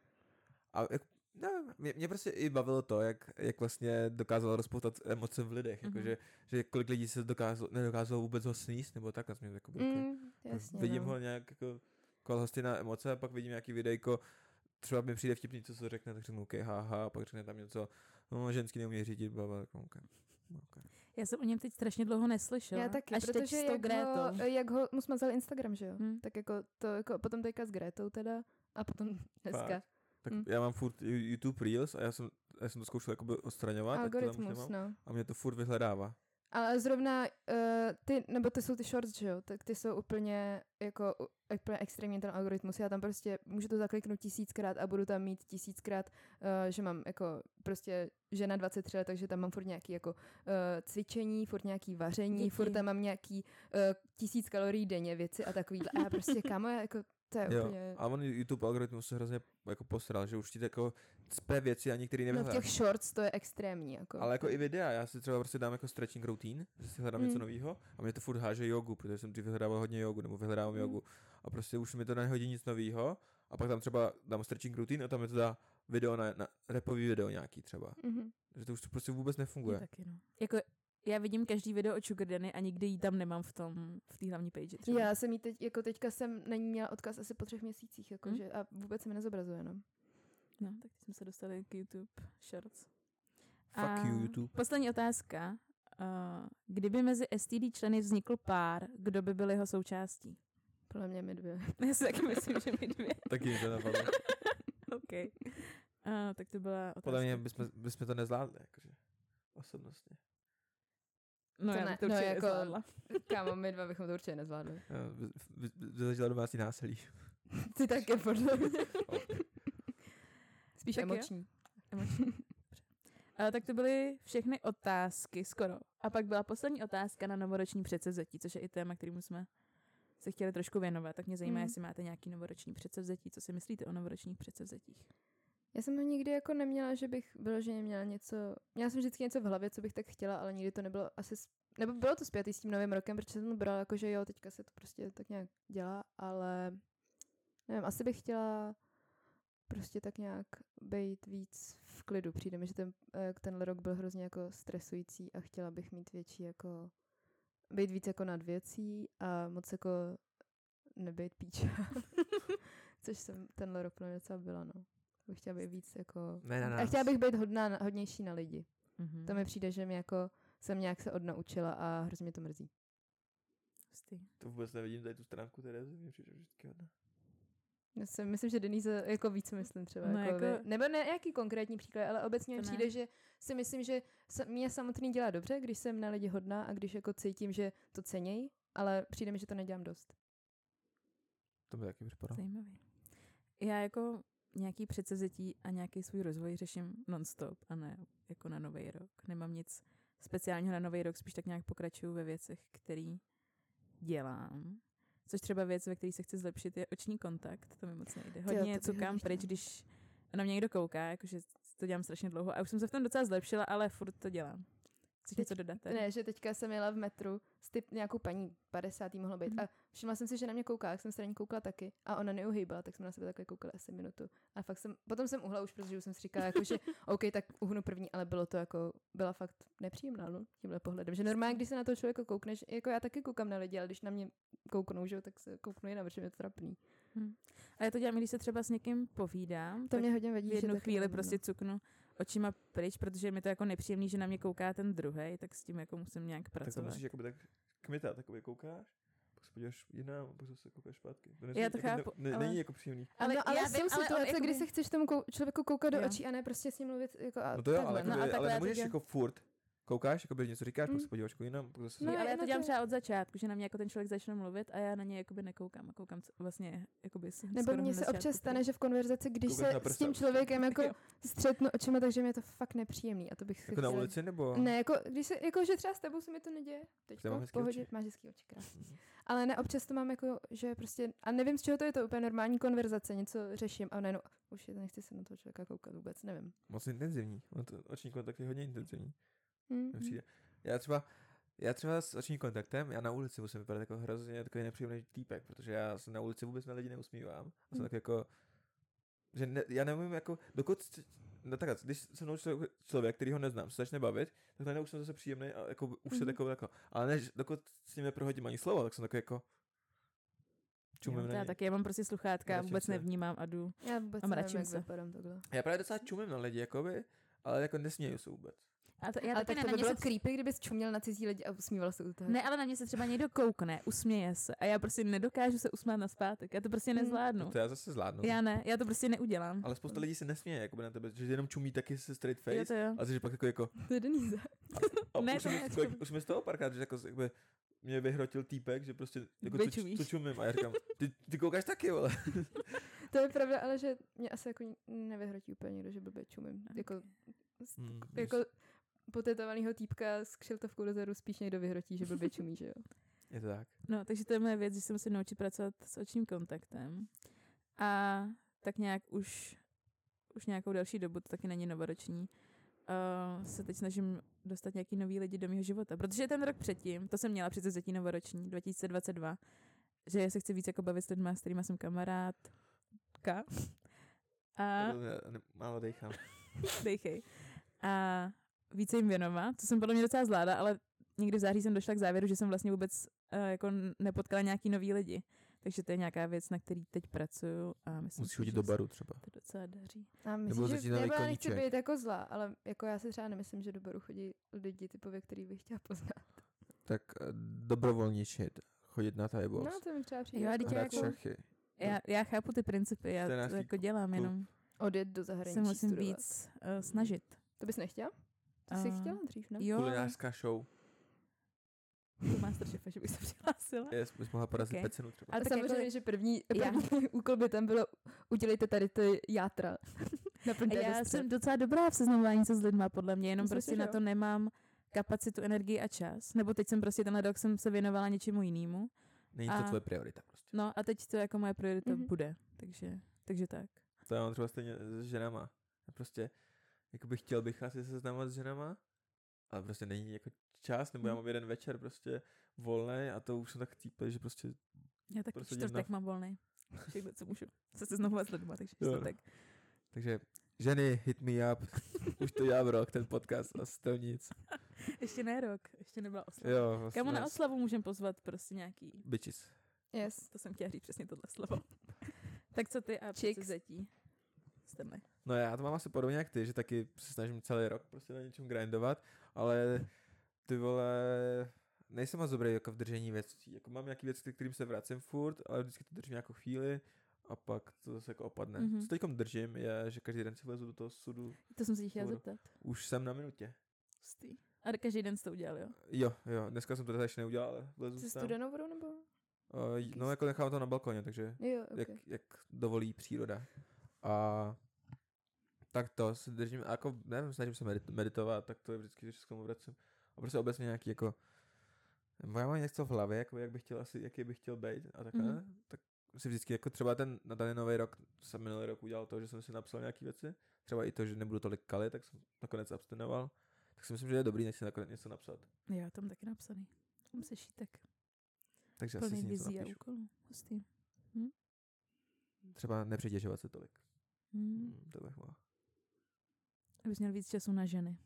[SPEAKER 1] A jak, nevím, mě, mě prostě i bavilo to, jak, jak vlastně dokázal rozpoutat emoce v lidech, mm-hmm.
[SPEAKER 3] Mhm.
[SPEAKER 1] jakože, že kolik lidí se dokázalo, nedokázalo vůbec ho sníst, nebo tak, a mě jako
[SPEAKER 3] No.
[SPEAKER 2] Mm, jasně,
[SPEAKER 1] vidím
[SPEAKER 2] no.
[SPEAKER 1] ho nějak jako kol hostina emoce, a pak vidím nějaký videjko, třeba mi přijde vtipný, co se řekne, tak řeknu, OK, haha, a pak řekne tam něco, no, ženský neumí řídit, bla, bla, tak, no, okay. Okay.
[SPEAKER 3] Já jsem o něm teď strašně dlouho neslyšela.
[SPEAKER 2] Já taky,
[SPEAKER 3] Až
[SPEAKER 2] protože
[SPEAKER 3] teď s tou
[SPEAKER 2] jak,
[SPEAKER 3] Grétou.
[SPEAKER 2] ho, jak ho, mu smazal Instagram, že jo?
[SPEAKER 3] Hm.
[SPEAKER 2] Tak jako to, jako potom teďka s Gretou teda a potom dneska.
[SPEAKER 1] Tak
[SPEAKER 2] Mm.
[SPEAKER 1] já mám furt Ju- YouTube Reels a já jsem, já jsem to zkoušel jakoby odstraňovat, tak to tam už
[SPEAKER 2] Algoritmus,
[SPEAKER 1] nemám.
[SPEAKER 2] no.
[SPEAKER 1] a mě to furt vyhledává.
[SPEAKER 2] Ale zrovna uh, ty, nebo ty jsou ty shorts, že jo? Tak ty jsou úplně jako u- úplně extrémně ten algoritmus. Já tam prostě můžu to zakliknout tisíckrát a budu tam mít tisíckrát, uh, že mám jako prostě žena 23 let, takže tam mám furt nějaký jako uh, cvičení, furt nějaký vaření,
[SPEAKER 3] Děti.
[SPEAKER 2] furt tam mám nějaký uh, tisíc kalorií denně věci a takovýhle. A já prostě kámo, já jako to je
[SPEAKER 1] Jo,
[SPEAKER 2] úplně...
[SPEAKER 1] a on YouTube algoritmus se hrozně jako posral, že už ti to jako cpe věci a některý
[SPEAKER 2] No v
[SPEAKER 1] nevyhledáš.
[SPEAKER 2] těch shorts to je extrémní. Jako.
[SPEAKER 1] Ale jako i videa, já si třeba prostě dám jako stretching routine, že si hledám mm. něco
[SPEAKER 2] Mm.
[SPEAKER 1] nového a mě to furt háže jogu, protože jsem dřív vyhledával hodně jogu nebo vyhledávám
[SPEAKER 3] Mm.
[SPEAKER 2] Hmm.
[SPEAKER 1] mm. jogu a prostě už mi to nehodí nic nového a pak tam třeba dám stretching routine a tam mi to dá video na, na repový video nějaký třeba.
[SPEAKER 2] Mhm.
[SPEAKER 1] Že to už prostě vůbec
[SPEAKER 3] Já
[SPEAKER 1] nefunguje.
[SPEAKER 3] taky, no. Jako já vidím každý video o Sugar Danny a nikdy jí tam nemám v tom, v té hlavní page třeba.
[SPEAKER 2] Já jsem jí teď, jako teďka jsem na ní měla odkaz asi po třech měsících,
[SPEAKER 3] Hm.
[SPEAKER 2] jakože, a vůbec se mi nezobrazuje, no.
[SPEAKER 3] No, tak teď jsme se dostali k YouTube Shorts.
[SPEAKER 1] Fuck you, YouTube.
[SPEAKER 3] Poslední otázka. Uh, kdyby mezi STD členy vznikl pár, kdo by byl jeho součástí?
[SPEAKER 2] Podle mě my dvě.
[SPEAKER 3] Já si taky myslím, že my dvě.
[SPEAKER 1] Taky mi to napadlo.
[SPEAKER 3] OK. Uh, tak to byla otázka.
[SPEAKER 1] Podle mě bychom, bychom to nezvládli, jakože. Osobnostně.
[SPEAKER 3] No,
[SPEAKER 2] To
[SPEAKER 3] já
[SPEAKER 2] ne,
[SPEAKER 3] bych to
[SPEAKER 2] no,
[SPEAKER 3] určitě
[SPEAKER 2] jako-
[SPEAKER 3] nezvládla.
[SPEAKER 2] Kámo, my dva bychom to určitě nezvládli.
[SPEAKER 1] No, Vyzažila domácí násilí.
[SPEAKER 2] Ty také, podle mě. Spíš
[SPEAKER 3] Tak jo.
[SPEAKER 2] emoční.
[SPEAKER 3] Emočně. Dobře. Uh, tak to byly všechny otázky, skoro. A pak byla poslední otázka na novoroční předsevzetí, což je i téma, kterému jsme se chtěli trošku věnovat. Tak mě zajímá,
[SPEAKER 2] Mhm.
[SPEAKER 3] jestli máte nějaký novoroční předsevzetí. Co si myslíte o novoročních předsevzetích?
[SPEAKER 2] Já jsem ho nikdy jako neměla, že bych vyloženě měla něco, měla jsem vždycky něco v hlavě, co bych tak chtěla, ale nikdy to nebylo asi, s- nebo bylo to zpětý s tím novým rokem, protože jsem to brala jako, že jo, teďka se to prostě tak nějak dělá, ale nevím, asi bych chtěla prostě tak nějak být víc v klidu. Přijde mi, že ten, eh, tenhle rok byl hrozně jako stresující a chtěla bych mít větší jako, být víc jako nad věcí a moc jako nebejt píča. Což jsem tenhle rok pro mě docela byla, no. Bych chtěla být víc jako...
[SPEAKER 1] Ne na
[SPEAKER 2] A
[SPEAKER 1] nás.
[SPEAKER 2] chtěla bych být hodná, na- hodnější na lidi.
[SPEAKER 3] Mm-hmm.
[SPEAKER 2] Mhm. To mi přijde, že mě jako jsem nějak se odnaučila a hrozně mě to mrzí.
[SPEAKER 1] To vůbec nevidím tady tu stránku Terezy, mě přijde vždycky hodná.
[SPEAKER 2] Já si myslím, že Denise jako víc myslím třeba.
[SPEAKER 3] No
[SPEAKER 2] No jako
[SPEAKER 3] jako-
[SPEAKER 2] jako... Nebo ne jaký konkrétní příklad, ale obecně mi
[SPEAKER 3] To ne.
[SPEAKER 2] přijde, že si myslím, že sa- mě samotný dělá dobře, když jsem na lidi hodná a když jako cítím, že to ceněj, ale přijde mi, že to nedělám dost.
[SPEAKER 1] To mi taky připadá.
[SPEAKER 3] Zajímavý. Já jako nějaký předsevzetí a nějaký svůj rozvoj řeším nonstop a ne jako na nový rok. Nemám nic speciálního na nový rok, spíš tak nějak pokračuju ve věcech, který dělám. Což třeba věc, ve které se chci zlepšit, je oční kontakt. To mi moc nejde.
[SPEAKER 2] jo,
[SPEAKER 3] Hodně
[SPEAKER 2] to bych
[SPEAKER 3] cukám
[SPEAKER 2] nechtěla.
[SPEAKER 3] pryč, když na mě někdo kouká, jakože to dělám strašně dlouho a už jsem se v tom docela zlepšila, ale furt to dělám. Chceš
[SPEAKER 2] Teď-
[SPEAKER 3] něco dodat? tady?
[SPEAKER 2] Ne, že teďka jsem jela v metru s typ, nějakou paní, 50. mohla být,
[SPEAKER 3] Mhm.
[SPEAKER 2] a všimla jsem si, že na mě kouká, jak jsem se na ní koukala taky, a ona neuhýbala, tak jsem na sebe takhle koukala asi minutu. A fakt jsem, potom jsem uhla už, protože už jsem si říkala, jako, že OK, tak uhnu první, ale bylo to jako, byla fakt nepříjemná, no, tímhle pohledem. Že normálně, když se na toho člověka koukneš, jako já taky koukám na lidi, ale když na mě kouknou, že jo, tak se kouknu jinam, protože mě to trapný.
[SPEAKER 3] A já to dělám, když se třeba s někým povídám.
[SPEAKER 2] To
[SPEAKER 3] tak-
[SPEAKER 2] mě hodně vadí.
[SPEAKER 3] v
[SPEAKER 2] že
[SPEAKER 3] jednu
[SPEAKER 2] taky
[SPEAKER 3] chvíli
[SPEAKER 2] nevím, no.
[SPEAKER 3] prostě cuknu očima pryč, protože mi to jako nepříjemný, že na mě kouká ten druhý, tak s tím jako musím nějak
[SPEAKER 1] Tak to
[SPEAKER 3] pracovat.
[SPEAKER 1] musíš jako- jakoby tak kmitat, takový koukáš, pak se podíváš jinam, pak se zase koukáš zpátky. To
[SPEAKER 3] Já to
[SPEAKER 1] jako,
[SPEAKER 3] chápu,
[SPEAKER 1] ne, ne,
[SPEAKER 3] ale-
[SPEAKER 1] Není jako příjemný.
[SPEAKER 2] Ale, no, ale
[SPEAKER 3] já
[SPEAKER 2] jsou
[SPEAKER 3] vím, ale on
[SPEAKER 2] situace,
[SPEAKER 3] jakoby-
[SPEAKER 2] kdy se chceš tomu kou- člověku koukat do
[SPEAKER 3] Jo.
[SPEAKER 2] očí a ne prostě s ním mluvit. Jako, a
[SPEAKER 1] No to jo, ale,
[SPEAKER 2] takhle,
[SPEAKER 1] jakoby,
[SPEAKER 3] no a
[SPEAKER 1] no,
[SPEAKER 3] takhle
[SPEAKER 1] ale
[SPEAKER 3] já
[SPEAKER 1] nemůžeš
[SPEAKER 3] teď-
[SPEAKER 1] jako furt. Koukáš, jakoby něco říkáš, pak
[SPEAKER 2] Mm.
[SPEAKER 1] se podíváš jako jinam, pak zase...
[SPEAKER 2] No,
[SPEAKER 3] No, ale já to
[SPEAKER 2] no
[SPEAKER 3] dělám
[SPEAKER 2] to-
[SPEAKER 3] třeba od začátku, že na mě jako ten člověk začne mluvit a já na něj jakoby nekoukám a koukám co- vlastně jakoby s-
[SPEAKER 2] Nebo
[SPEAKER 3] skoro
[SPEAKER 2] mně
[SPEAKER 3] hned
[SPEAKER 2] se
[SPEAKER 3] začátku
[SPEAKER 2] občas stane,
[SPEAKER 3] pryč.
[SPEAKER 2] že v konverzaci, když
[SPEAKER 1] Koukat
[SPEAKER 2] se
[SPEAKER 1] na
[SPEAKER 2] s
[SPEAKER 1] prsa
[SPEAKER 2] tím
[SPEAKER 1] prostě.
[SPEAKER 2] člověkem jako
[SPEAKER 3] Jo.
[SPEAKER 2] střetnu očima, takže mi je to fakt nepříjemný a to bych
[SPEAKER 1] Jako na
[SPEAKER 2] chtěla-
[SPEAKER 1] ulici, nebo...
[SPEAKER 2] Ne, jako, když se, jako, že třeba s tebou se mi to neděje. Teď
[SPEAKER 1] Já mám
[SPEAKER 2] v
[SPEAKER 1] hezký
[SPEAKER 2] pohodě,
[SPEAKER 1] oči.
[SPEAKER 2] máš hezký oči, krásný.
[SPEAKER 1] Mhm.
[SPEAKER 2] Ale ne, občas to mám jako, že prostě, a nevím, z čeho to je, to úplně normální konverzace, něco řeším a najednou, už je, nechci se na toho člověka koukat vůbec, nevím.
[SPEAKER 1] Moc intenzivní. On to, oční kontakt je hodně intenzivní.
[SPEAKER 2] Mm,
[SPEAKER 1] Mně
[SPEAKER 2] mm.
[SPEAKER 1] přijde. Já třeba, já třeba s očním kontaktem, já na ulici musím vypadat jako hrozně takový nepříjemný týpek, protože já se na ulici vůbec na lidi neusmívám. A jsem
[SPEAKER 2] Hmm.
[SPEAKER 1] tak jako, že ne, já nevím, jako, dokud, c- no takhle, když se mnou člověk, člověk, který ho neznám, se začne bavit, tak najednou už jsem zase příjemný a jako, už se
[SPEAKER 3] Hmm.
[SPEAKER 2] Mhm.
[SPEAKER 1] takový jako, ale ne, že dokud s ním neprohodím ani slovo, tak jsem takový jako,
[SPEAKER 3] Jo,
[SPEAKER 1] čumím
[SPEAKER 3] to
[SPEAKER 1] na
[SPEAKER 3] Já
[SPEAKER 1] něj.
[SPEAKER 3] taky, já mám prostě sluchátka, a
[SPEAKER 1] Mračím
[SPEAKER 3] vůbec
[SPEAKER 1] se.
[SPEAKER 3] nevnímám a jdu.
[SPEAKER 2] Já vůbec
[SPEAKER 3] A mračím
[SPEAKER 2] nevím, jak
[SPEAKER 3] se.
[SPEAKER 2] vypadám takhle.
[SPEAKER 1] Já právě docela čumím na lidi, jakoby, ale jako nesměju se vůbec.
[SPEAKER 3] A to, já
[SPEAKER 2] Já ale
[SPEAKER 3] taky
[SPEAKER 2] tak
[SPEAKER 3] ne,
[SPEAKER 2] to
[SPEAKER 3] na
[SPEAKER 2] by
[SPEAKER 3] mě
[SPEAKER 2] bylo
[SPEAKER 3] se
[SPEAKER 2] se... creepy, kdybys čuměl na cizí lidi a usmíval se u toho.
[SPEAKER 3] Ne, ale na mě se třeba někdo koukne, usměje se a já prostě nedokážu se usmát na zpátek. Já to prostě
[SPEAKER 2] Mm.
[SPEAKER 3] nezvládnu.
[SPEAKER 1] No. To já zase zvládnu.
[SPEAKER 3] Já ne, já to prostě neudělám.
[SPEAKER 1] Ale spousta lidí se nesměje jakoby na tebe, že jenom čumí taky se straight face.
[SPEAKER 3] Jo, to jo.
[SPEAKER 1] A jsi pak jako, jako
[SPEAKER 2] to je Denise.
[SPEAKER 1] a
[SPEAKER 3] Ne,
[SPEAKER 1] ne,
[SPEAKER 3] to
[SPEAKER 1] už, jsem,
[SPEAKER 3] ne,
[SPEAKER 1] jako,
[SPEAKER 3] to-
[SPEAKER 1] už jsme z toho párkrát, že jako, jakoby, mě vyhrotil týpek, že prostě jako to,
[SPEAKER 3] Vyčumíš.
[SPEAKER 1] to čumím a já říkám, ty, ty koukáš taky, vole.
[SPEAKER 2] To je pravda, ale že mě asi jako nevyhrotí úplně někdo, že blbě čumím. Jako,
[SPEAKER 1] Hmm,
[SPEAKER 2] jako potetovanýho týpka s kšiltovkou dozadu spíš někdo vyhrotí, že blbě čumí, že jo.
[SPEAKER 1] je to tak.
[SPEAKER 3] No, takže to je moje věc, že se musím naučit pracovat s očním kontaktem. A tak nějak už, už nějakou další dobu, to taky není novoroční, uh, se teď snažím dostat nějaký nový lidi do mého života. Protože ten rok předtím, to jsem měla přece zetí novoroční, 2022, že se chci víc jako bavit s lidmi, s kterými jsem kamarád. Ka. A
[SPEAKER 1] To ne- Jako, ne- Málo dejchám.
[SPEAKER 3] dejchej. A více jim věnovat, co jsem podle mě docela zvládla, ale někdy v září jsem došla k závěru, že jsem vlastně vůbec uh, jako n- nepotkala nějaký nový lidi. Takže to je nějaká věc, na který teď pracuju a myslím,
[SPEAKER 1] Musíš
[SPEAKER 3] si,
[SPEAKER 1] chodit
[SPEAKER 3] že
[SPEAKER 1] do
[SPEAKER 3] se
[SPEAKER 1] baru třeba.
[SPEAKER 3] To docela daří.
[SPEAKER 2] A myslím,
[SPEAKER 1] Nebo
[SPEAKER 2] že
[SPEAKER 1] začínali
[SPEAKER 2] nebo já nechci
[SPEAKER 1] koníček.
[SPEAKER 2] být jako zlá, ale jako já si třeba nemyslím, že do baru chodí lidi typově, který bych chtěla poznat.
[SPEAKER 1] Tak eh, dobrovolničit, chodit na Thai box,
[SPEAKER 2] No, to mi třeba přijde.
[SPEAKER 3] Jo, a
[SPEAKER 2] jako
[SPEAKER 3] dítě
[SPEAKER 1] hrát
[SPEAKER 3] jako-
[SPEAKER 1] šachy.
[SPEAKER 3] Já, já chápu ty principy, já to
[SPEAKER 1] 14.
[SPEAKER 3] jako dělám,
[SPEAKER 1] klub.
[SPEAKER 3] jenom
[SPEAKER 2] Odjet do
[SPEAKER 3] se
[SPEAKER 2] zahraničí
[SPEAKER 3] musím
[SPEAKER 2] studovat.
[SPEAKER 3] víc uh, snažit.
[SPEAKER 2] To bys nechtěla? To jsi
[SPEAKER 3] A,
[SPEAKER 2] chtěla dřív, ne?
[SPEAKER 3] Jo, ale
[SPEAKER 1] Kulinářská show.
[SPEAKER 3] do Masterchefa, že bych se přihlásila.
[SPEAKER 1] Yes, bys mohla porazit
[SPEAKER 3] Ok.
[SPEAKER 1] okay. pecenu třeba.
[SPEAKER 2] A
[SPEAKER 3] Ale tak
[SPEAKER 2] samozřejmě,
[SPEAKER 3] jako,
[SPEAKER 2] že první,
[SPEAKER 3] Já-
[SPEAKER 2] první úkol by tam bylo, udělejte tady ty játra.
[SPEAKER 3] A
[SPEAKER 2] Naplňte
[SPEAKER 3] já jsem docela dobrá v seznamování se s lidma, podle mě, jenom
[SPEAKER 2] Myslím si,
[SPEAKER 3] prostě
[SPEAKER 2] že
[SPEAKER 3] na
[SPEAKER 2] jo.
[SPEAKER 3] to nemám kapacitu, energii a čas. Nebo teď jsem prostě tenhle rok jsem se věnovala něčemu jinému.
[SPEAKER 1] Není to
[SPEAKER 3] a-
[SPEAKER 1] tvoje priorita prostě.
[SPEAKER 3] No a teď to jako moje priorita
[SPEAKER 2] Mhm.
[SPEAKER 3] mm-hmm. bude. Takže, takže tak.
[SPEAKER 1] To já mám třeba stejně e, s ženama. Já prostě, jakoby chtěl bych asi se seznamovat s ženama, ale prostě není jako čas, nebo já
[SPEAKER 3] Hmm.
[SPEAKER 1] mám jeden večer prostě volný a to už jsem tak cípil, že prostě
[SPEAKER 3] Já
[SPEAKER 1] Prostě
[SPEAKER 3] taky prostě
[SPEAKER 1] jdem na-
[SPEAKER 3] čtvrtek mám volný. Všechno, co můžu se seznamovat s lidma, takže
[SPEAKER 1] Jo, no.
[SPEAKER 3] čtvrtek.
[SPEAKER 1] Takže ženy, hit me up. Už to dělám rok, ten podcast a to nic.
[SPEAKER 3] Ještě ne rok, ještě nebyla oslava.
[SPEAKER 1] Jo, vlastně.
[SPEAKER 3] Kamu na oslavu můžem pozvat prostě nějaký,
[SPEAKER 1] Bitches.
[SPEAKER 2] Yes.
[SPEAKER 3] to jsem chtěla říct přesně tohle slovo. tak co ty a
[SPEAKER 2] Chicks.
[SPEAKER 3] předsevzetí? Strne.
[SPEAKER 1] No já to mám asi podobně jak ty, že taky se snažím celý rok prostě na něčem grindovat, ale ty vole, nejsem moc dobrý jako v držení věcí. Jako mám nějaký věci, k kterým se vracím furt, ale vždycky to držím nějakou chvíli a pak to zase jako opadne.
[SPEAKER 3] Mhm.
[SPEAKER 1] Co teďkom držím je, že každý den si vlezu do toho sudu,
[SPEAKER 3] To jsem se tě chtěla
[SPEAKER 1] Budu.
[SPEAKER 3] zeptat.
[SPEAKER 1] už jsem na minutě.
[SPEAKER 3] Hustý. A každý den jsi to udělal, jo?
[SPEAKER 1] Jo, jo, dneska jsem to teda ještě neudělal, ale vlezu
[SPEAKER 2] Se
[SPEAKER 1] tam. Uh,
[SPEAKER 2] studenou vodou nebo?
[SPEAKER 1] no jako nechám to na balkoně, takže
[SPEAKER 2] Jo,
[SPEAKER 1] jak,
[SPEAKER 2] okay.
[SPEAKER 1] jak dovolí příroda. A tak to si držím, a jako nevím, snažím se medit- meditovat, tak to je vždycky, když se k tomu vracím. A prostě obecně nějaký jako, nebo já mám něco v hlavě, jako jak bych chtěl asi, jaký bych chtěl být a takhle,
[SPEAKER 3] Mhm.
[SPEAKER 1] mm-hmm. tak si vždycky jako třeba ten, na ten nový rok jsem minulý rok udělal to, že jsem si napsal nějaký věci, třeba i to, že nebudu tolik kalit, tak jsem nakonec abstinoval. Tak si myslím, že je dobrý, než si nakonec něco napsat.
[SPEAKER 3] Já tam taky napsaný. Tam se šítek.
[SPEAKER 1] Takže asi
[SPEAKER 3] Plný
[SPEAKER 1] si něco
[SPEAKER 3] vizí a
[SPEAKER 1] napíšu.
[SPEAKER 3] úkolů. Hustý.
[SPEAKER 1] Třeba nepřetěžovat se tolik.
[SPEAKER 3] Hmm.
[SPEAKER 1] Mm. To bych mohl.
[SPEAKER 3] Abys měl víc času na ženy.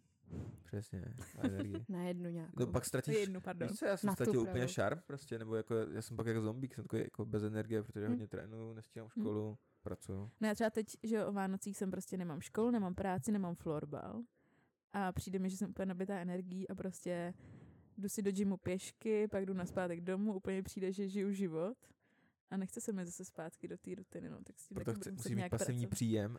[SPEAKER 1] Přesně. A energii.
[SPEAKER 2] Na jednu nějakou.
[SPEAKER 1] No, pak ztratíš
[SPEAKER 3] Jednu, pardon.
[SPEAKER 1] Víš co, já jsem
[SPEAKER 2] Na tu
[SPEAKER 1] ztratil úplně
[SPEAKER 2] pravou.
[SPEAKER 1] šarm prostě, nebo jako, já jsem pak jako zombík, jsem takový jako bez energie, protože
[SPEAKER 2] Hmm.
[SPEAKER 3] Hm.
[SPEAKER 1] hodně trénuju, nestíhám
[SPEAKER 3] Hm.
[SPEAKER 1] školu, pracuju.
[SPEAKER 3] No já třeba teď, že jo, o Vánocích jsem prostě nemám školu, nemám práci, nemám florbal. A přijde mi, že jsem úplně nabitá energií a prostě jdu si do gymu pěšky, pak jdu na zpátek domů, úplně přijde, že žiju život. A nechce se mi zase zpátky do té rutiny, no, tak s tím
[SPEAKER 1] Proto
[SPEAKER 3] taky
[SPEAKER 1] chci,
[SPEAKER 3] budu muset
[SPEAKER 1] musí mít
[SPEAKER 3] nějak
[SPEAKER 1] pasivní
[SPEAKER 3] pracovat.
[SPEAKER 1] příjem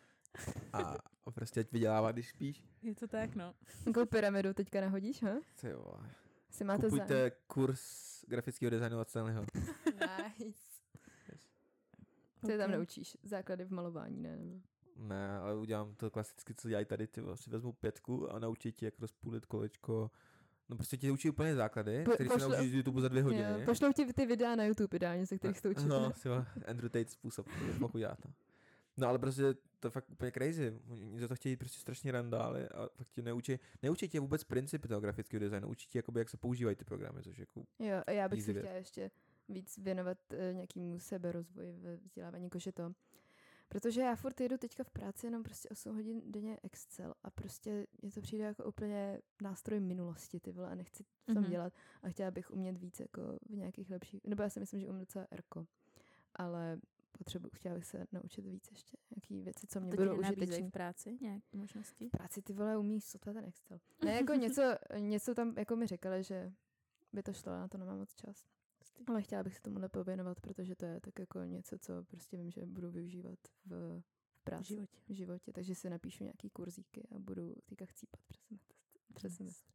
[SPEAKER 1] a a prostě ať vydělává, když spíš.
[SPEAKER 3] Je to tak, no.
[SPEAKER 2] Jakou pyramidu teďka nahodíš, ha?
[SPEAKER 1] Ty vole.
[SPEAKER 2] Si máte zájem.
[SPEAKER 1] Kupujte kurz grafického designu od Stanleyho.
[SPEAKER 2] Nice. Ty je tam neučíš. Základy v malování, ne? Nebo...
[SPEAKER 1] Ne, ale udělám to klasicky, co dělají tady, ty vole. si vezmu pětku a naučí ti, jak rozpůlit kolečko. No prostě ti učí úplně základy,
[SPEAKER 2] Po-
[SPEAKER 1] které se
[SPEAKER 2] pošlu-
[SPEAKER 1] naučíš z YouTube za dvě hodiny.
[SPEAKER 2] Jo, pošlou ti ty videa na YouTube ideálně, ze kterých jste učili.
[SPEAKER 1] No, si vole, Andrew Tate způsob, jak mohu dělat to. No ale prostě to je fakt úplně crazy. Oni za to chtějí prostě strašně randály a fakt ti neučí, neučí tě vůbec principy toho grafického designu, učí tě jakoby, jak se používají ty programy, což je jako,
[SPEAKER 2] Jo, a já bych
[SPEAKER 1] Easy
[SPEAKER 2] se
[SPEAKER 1] věc.
[SPEAKER 2] chtěla ještě víc věnovat eh, nějakému seberozvoji ve vzdělávání, jakože to. Protože já furt jedu teďka v práci jenom prostě 8 hodin denně Excel a prostě je to přijde jako úplně nástroj minulosti, ty vole, a nechci v tom
[SPEAKER 3] Mhm.
[SPEAKER 2] mm-hmm. dělat a chtěla bych umět víc jako v nějakých lepších, nebo já si myslím, že umím docela Erko, ale potřebuji, chtěla bych se naučit víc ještě nějaký věci, co mě
[SPEAKER 3] To
[SPEAKER 2] budou
[SPEAKER 3] ti nenabízejí
[SPEAKER 2] užitečné
[SPEAKER 3] v práci nějaké možnosti?
[SPEAKER 2] v práci ty vole umíš sotva ten Excel. Ne, jako něco, něco tam jako mi říkali, že by to šlo, já na to nemám moc čas. Ale chtěla bych se tomuhle pověnovat, protože to je tak jako něco, co prostě vím, že budu využívat v, v
[SPEAKER 3] V
[SPEAKER 2] práci,
[SPEAKER 3] životě.
[SPEAKER 2] v životě. Takže si napíšu nějaký kurzíky a budu teďka chcípat přes semestr. Přes semestr.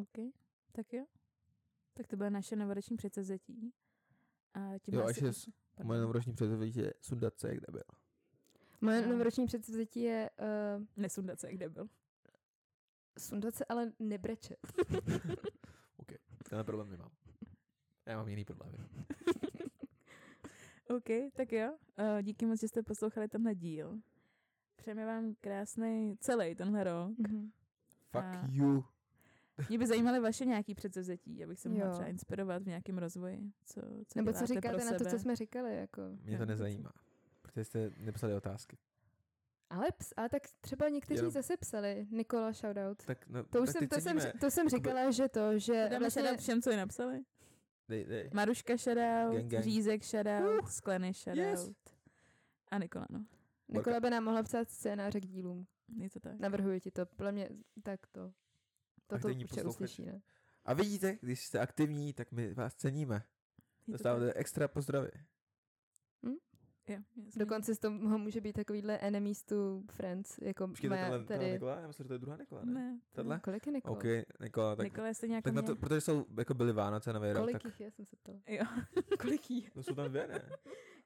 [SPEAKER 3] OK, tak jo. Tak to byla naše novoroční předsevzetí. A tím
[SPEAKER 1] Jo,
[SPEAKER 3] asi-
[SPEAKER 1] a ještě s-
[SPEAKER 3] Pardon.
[SPEAKER 1] moje novoroční představitě je sundat se, jak nebyl.
[SPEAKER 2] Moje
[SPEAKER 3] Ano.
[SPEAKER 2] novoroční předsevzetí je uh,
[SPEAKER 3] Nesundat se, kde byl.
[SPEAKER 2] sundat se, ale nebrečet.
[SPEAKER 1] Tenhle problém nemám. Já mám jiný problémy.
[SPEAKER 3] OK, tak jo. Eh, Díky moc, že jste poslouchali tenhle díl. Přejeme vám krásný celý tenhle rok.
[SPEAKER 2] Mhm.
[SPEAKER 1] Fuck
[SPEAKER 3] A-
[SPEAKER 1] you.
[SPEAKER 3] Mě by zajímaly vaše nějaký předsevzetí, abych se mohla
[SPEAKER 2] Jo.
[SPEAKER 3] třeba inspirovat v nějakém rozvoji. Co, co
[SPEAKER 2] Nebo
[SPEAKER 3] děláte
[SPEAKER 2] co
[SPEAKER 3] pro
[SPEAKER 2] říkáte na
[SPEAKER 3] sebe.
[SPEAKER 2] to, co jsme říkali, jako.
[SPEAKER 1] Mě to
[SPEAKER 3] Já-
[SPEAKER 1] nezajímá. Protože jste nepsali otázky.
[SPEAKER 2] Ale, ps, ale tak třeba někteří
[SPEAKER 1] Jenom-
[SPEAKER 2] zase psali. Nikola, shoutout.
[SPEAKER 1] Tak, no,
[SPEAKER 2] To už
[SPEAKER 1] tak
[SPEAKER 2] jsem,
[SPEAKER 1] teď Jako
[SPEAKER 2] to, jsem,
[SPEAKER 1] ceníme.
[SPEAKER 2] ři- to jsem říkala, že to, že
[SPEAKER 3] Dáme
[SPEAKER 2] vlastně,
[SPEAKER 3] shoutout všem, co ji napsali.
[SPEAKER 1] Dej, dej.
[SPEAKER 3] Maruška shoutout,
[SPEAKER 1] Gang, gang.
[SPEAKER 3] Řízek shoutout,
[SPEAKER 2] Uh,
[SPEAKER 3] Skleny shoutout.
[SPEAKER 1] yes.
[SPEAKER 3] A Nikola, no.
[SPEAKER 2] Nikola by nám mohla psát scénáře k dílům.
[SPEAKER 3] Je to tak.
[SPEAKER 2] Navrhuji ti to. Podle mě tak to. To to
[SPEAKER 1] Aktivní
[SPEAKER 2] určitě
[SPEAKER 1] posluchači.
[SPEAKER 2] uslyší, ne?
[SPEAKER 1] A vidíte, když jste aktivní, tak my vás ceníme.
[SPEAKER 3] Je to tak.
[SPEAKER 1] Dostáváte extra pozdravy.
[SPEAKER 3] Jo, jasně.
[SPEAKER 2] Dokonce z toho může být takovýhle enemies to friends, jako
[SPEAKER 1] Počkejte,
[SPEAKER 2] moje
[SPEAKER 1] tahle, tahle
[SPEAKER 2] tady.
[SPEAKER 1] Nikola, já myslím, že to je druhá Nikola, ne?
[SPEAKER 3] Ne. to
[SPEAKER 1] Tadle?
[SPEAKER 3] ne.
[SPEAKER 2] Kolik je Nikola?
[SPEAKER 1] OK, Nikola, tak,
[SPEAKER 3] Nikola, jestli nějak
[SPEAKER 1] tak na to, protože jsou, jako byly Vánoce, nový rok,
[SPEAKER 2] Kolik
[SPEAKER 1] tak
[SPEAKER 2] jich je, jsem se ptala.
[SPEAKER 3] Jo.
[SPEAKER 2] Kolik jí?
[SPEAKER 1] no, jsou tam dvě, ne?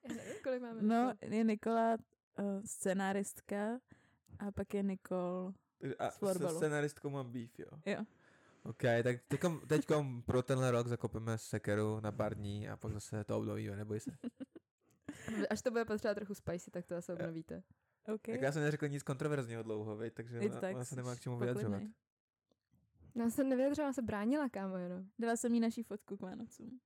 [SPEAKER 2] Já nevím, kolik máme.
[SPEAKER 3] No, je Nikola uh, scenáristka a pak je Nikol.
[SPEAKER 1] Takže a
[SPEAKER 3] Z
[SPEAKER 1] se
[SPEAKER 3] florbalu.
[SPEAKER 1] scenaristkou mám beef, jo.
[SPEAKER 3] Jo.
[SPEAKER 1] OK, tak teďkom, teďkom pro tenhle rok zakopeme sekeru na pár dní a pak zase to obnovíme, neboj se.
[SPEAKER 2] Až to bude potřeba trochu spicy, tak to asi obnovíte.
[SPEAKER 3] Okay.
[SPEAKER 1] Tak já jsem neřekl nic kontroverzního dlouho, vej, takže
[SPEAKER 3] Je to
[SPEAKER 1] ona,
[SPEAKER 3] tak,
[SPEAKER 1] ona se
[SPEAKER 3] jsi
[SPEAKER 1] nemá k čemu
[SPEAKER 3] poklidnej.
[SPEAKER 1] vyjadřovat.
[SPEAKER 2] No, jsem nevyjadřila, ona se bránila, kámo, jenom.
[SPEAKER 3] Dala jsem jí naší fotku k Vánocům.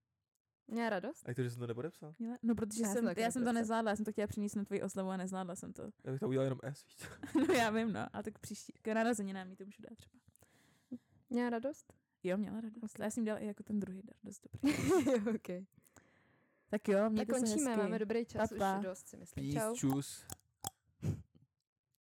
[SPEAKER 2] Měla radost?
[SPEAKER 1] A jak to, že jsem to nepodepsal?
[SPEAKER 3] Měla? No, protože
[SPEAKER 2] Já
[SPEAKER 3] já
[SPEAKER 2] jsem
[SPEAKER 3] jsem,
[SPEAKER 2] taky
[SPEAKER 3] já jsem to
[SPEAKER 2] neprosil.
[SPEAKER 3] nezvládla, já jsem to chtěla přinést na tvoji oslavu a nezvládla jsem to.
[SPEAKER 1] Já bych to udělal jenom S, víš co?
[SPEAKER 3] no já vím, no. A tak příští, k narozeninám jí to můžu dát třeba.
[SPEAKER 2] Měla radost?
[SPEAKER 3] Jo, měla radost.
[SPEAKER 2] Ok.
[SPEAKER 3] Okay. Já jsem jí dala i jako ten druhý dar, dost dobrý.
[SPEAKER 2] jo, okay.
[SPEAKER 3] tak jo,
[SPEAKER 2] Tak
[SPEAKER 3] mějte se
[SPEAKER 2] končíme,
[SPEAKER 3] hezky.
[SPEAKER 2] máme dobrý čas,
[SPEAKER 3] Pa, pa.
[SPEAKER 2] už dost si myslím. Čau.
[SPEAKER 1] Peace, čus.